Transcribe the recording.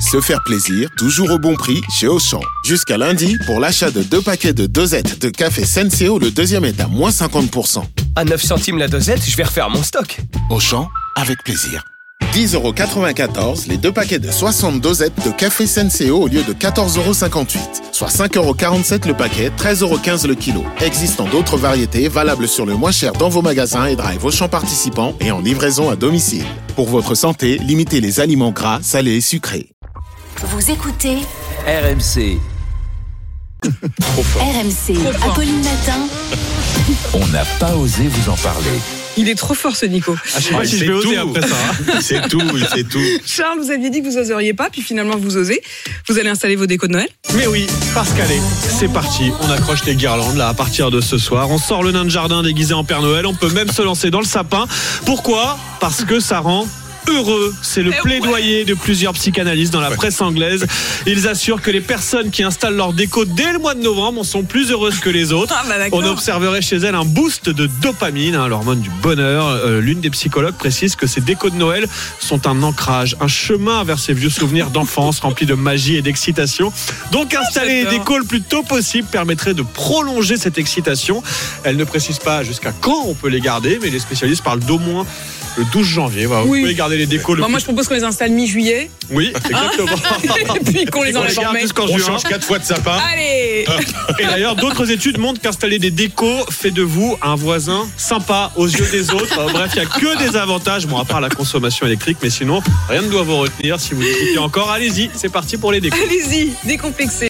se faire plaisir, toujours au bon prix chez Auchan. Jusqu'à lundi, pour l'achat de deux paquets de dosettes de café Senseo, le deuxième est à moins 50%. À 9 centimes la dosette, je vais refaire mon stock. Auchan, avec plaisir. 10,94€ les deux paquets de 60 dosettes de café Senseo au lieu de 14,58€, soit 5,47€ le paquet, 13,15€ le kilo. Existant d'autres variétés valables sur le moins cher dans vos magasins et drive Auchan participants et en livraison à domicile. Pour votre santé, limitez les aliments gras, salés et sucrés. Vous écoutez RMC, RMC, Apolline Matin. on n'a pas osé vous en parler. Il est trop fort ce Nico. Je sais pas si je vais oser après ça. hein. C'est tout, c'est tout. Charles, vous aviez dit que vous oseriez pas, puis finalement vous osez. Vous allez installer vos décos de Noël. Mais oui, parce qu'allez, c'est parti. On accroche les guirlandes là à partir de ce soir. On sort le nain de jardin déguisé en Père Noël. On peut même se lancer dans le sapin. Pourquoi Parce que ça rend. Heureux, c'est le Eh ouais. plaidoyer de plusieurs psychanalystes dans la presse anglaise. Ils assurent que les personnes qui installent leur déco dès le mois de novembre en sont plus heureuses que les autres. Ah bah On d'accord. observerait chez elle un boost de dopamine, hein, l'hormone du bonheur. Euh, L'une des psychologues précise que ces décos de Noël sont un ancrage, un chemin vers ces vieux souvenirs d'enfance remplis de magie et d'excitation. Donc installer les Ah, j'adore. décos le plus tôt possible permettrait de prolonger cette excitation. Elle ne précise pas jusqu'à quand on peut les garder, mais les spécialistes parlent d'au moins le 12 janvier. Voilà, Oui. Vous pouvez garder les décos le Bon, plus moi je propose qu'on les installe mi-juillet Oui, exactement. et puis qu'on les Ah, On enlève les en garde mai. jusqu'en On juin. change quatre fois de sapin. Allez Et d'ailleurs, d'autres études montrent qu'installer des décos fait de vous un voisin sympa aux yeux des autres. Euh, Bref, il n'y a que des avantages, bon, à part la consommation électrique, mais sinon, rien ne doit vous retenir. Si vous hésitez encore, allez-y, c'est parti pour les décos. Allez-y, décomplexé.